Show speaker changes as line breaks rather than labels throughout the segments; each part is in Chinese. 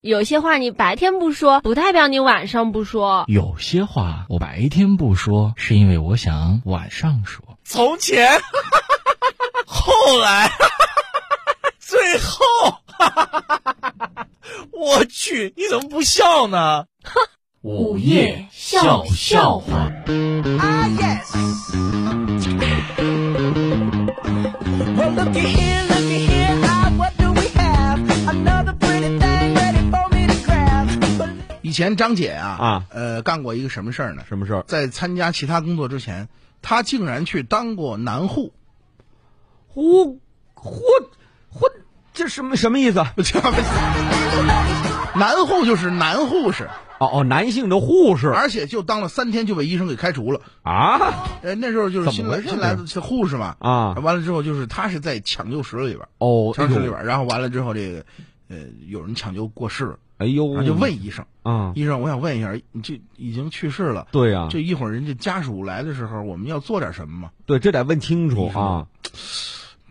有些话你白天不说，不代表你晚上不说。
有些话我白天不说，是因为我想晚上说。
从前， 后来， 最后， 我去，你怎么不笑呢？
午夜笑笑话。
Ah, yes. Well, looky here, looky here. Ah, what do we have? Another pretty thing ready for me to grab. But
以前张姐啊
啊
呃，干过一个什么事儿呢？
什么事儿？
在参加其他工作之前，她竟然去当过男护，
我我我这什么什么意思？
男护就是男护士，
哦哦，男性的护士
而且就当了三天就被医生给开除了。
啊？
呃，那时候就是
怎
新
么回
来
事
新来的护士嘛，
啊
完了之后就是她是在抢救室里边，
哦，
抢救室里边，然后完了之后这个，呃，有人抢救过世了，
哎呦，
然后就问医生，
啊，
医生，我想问一下，你这已经去世了，
对啊呀，
这一会儿人家家属来的时候，我们要做点什么吗？
对，这得问清楚啊。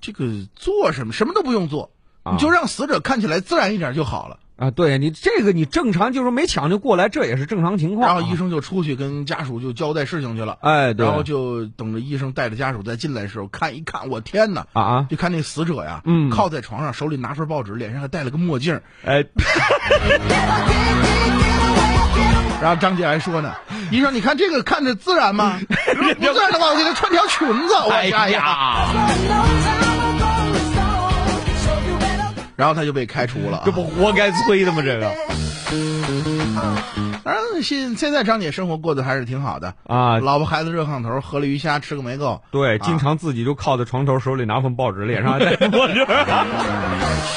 这个做什么，什么都不用做，
啊
你就让死者看起来自然一点就好了。
啊，对你这个你正常就是没抢救过来，这也是正常情况
然
啊。
后医生就出去跟家属就交代事情去了，
哎，对，
然后就等着医生带着家属再进来的时候，看一看，我天哪！
啊啊，
就看那死者呀，
嗯
靠在床上，手里拿份报纸，脸上还戴了个墨镜。
哎，
然后张姐还说呢：“医生，你看这个看着自然 吗？如果不自然的话，我给他穿条裙子。”我
哎
哎呀！
呀，
no time ago was sold. So you better
然后他就被开除了啊。
这不活该催的吗？这个
当然，现现在张姐生活过得还是挺好的，
啊，
老婆孩子热炕头，河了鱼虾，吃个没够。
对，
啊
经常自己就靠在床头，手里拿份报纸，脸上还带墨镜儿。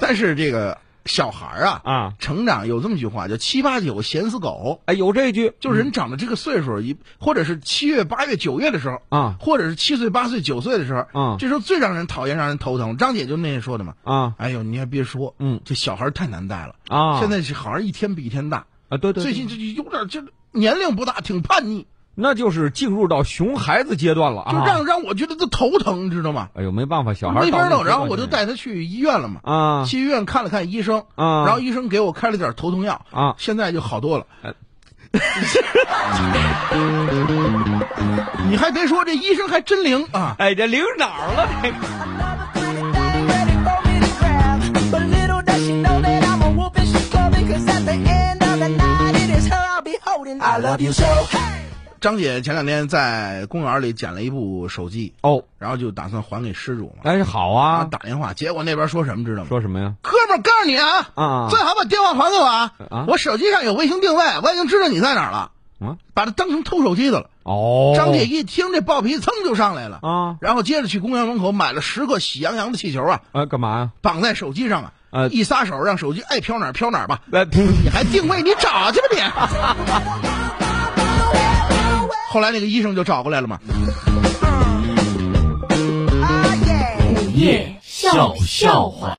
但是这个小孩儿啊，
啊
成长有这么句话，叫七八九闲死狗。
哎，有这句
就是人长到这个岁数，一或者是七月、八月、九月的时候
啊
或者是七岁、八岁、九岁的时候
啊
这时候最让人讨厌、让人头疼。张姐就那天说的嘛，
啊
哎呦，你还别说，
嗯
这小孩儿太难带了
啊
现在是好像一天比一天大，
啊，对对，
最近这有点这年龄不大，挺叛逆，
那就是进入到熊孩子阶段了啊。
就让、让我觉得这头疼，你知道吗？
哎呦，没办法，小孩儿
没法
到
弄，
那个阶段
然后我就带他去医院了嘛，
啊
去医院看了看医生，
啊
然后医生给我开了点头痛药，
啊
现在就好多了
呃。
你还别说，这医生还真灵啊！
哎，这领哪儿了？这个
another pretty thing ready for me to grab. But little does she know that I'm a whooping, she's coming. Cause at the end of the night, it is her I'll be holding. I love you so. Hey.
张姐前两天在公园里捡了一部手机，
哦，
然后就打算还给失主嘛，
哎，好
然
啊，
后打电话，结果那边说什么知道吗？
说什么呀？
哥们儿，告诉你啊，
啊
最好把电话还给我啊！
啊
我手机上有卫星定位，我已经知道你在哪儿了，
啊，
把他当成偷手机的了。
哦，
张姐一听这暴脾气，噌就上来了，
啊，
然后接着去公园门口买了十个喜洋洋的气球啊，
哎，干嘛呀？
绑在手机上啊，
呃
一撒手让手机爱飘哪儿飘哪儿吧。
哎，
你还定位，你找去吧你。
oh,
后来那个医生就找过来了嘛，
Ah, yeah.
午夜笑笑话。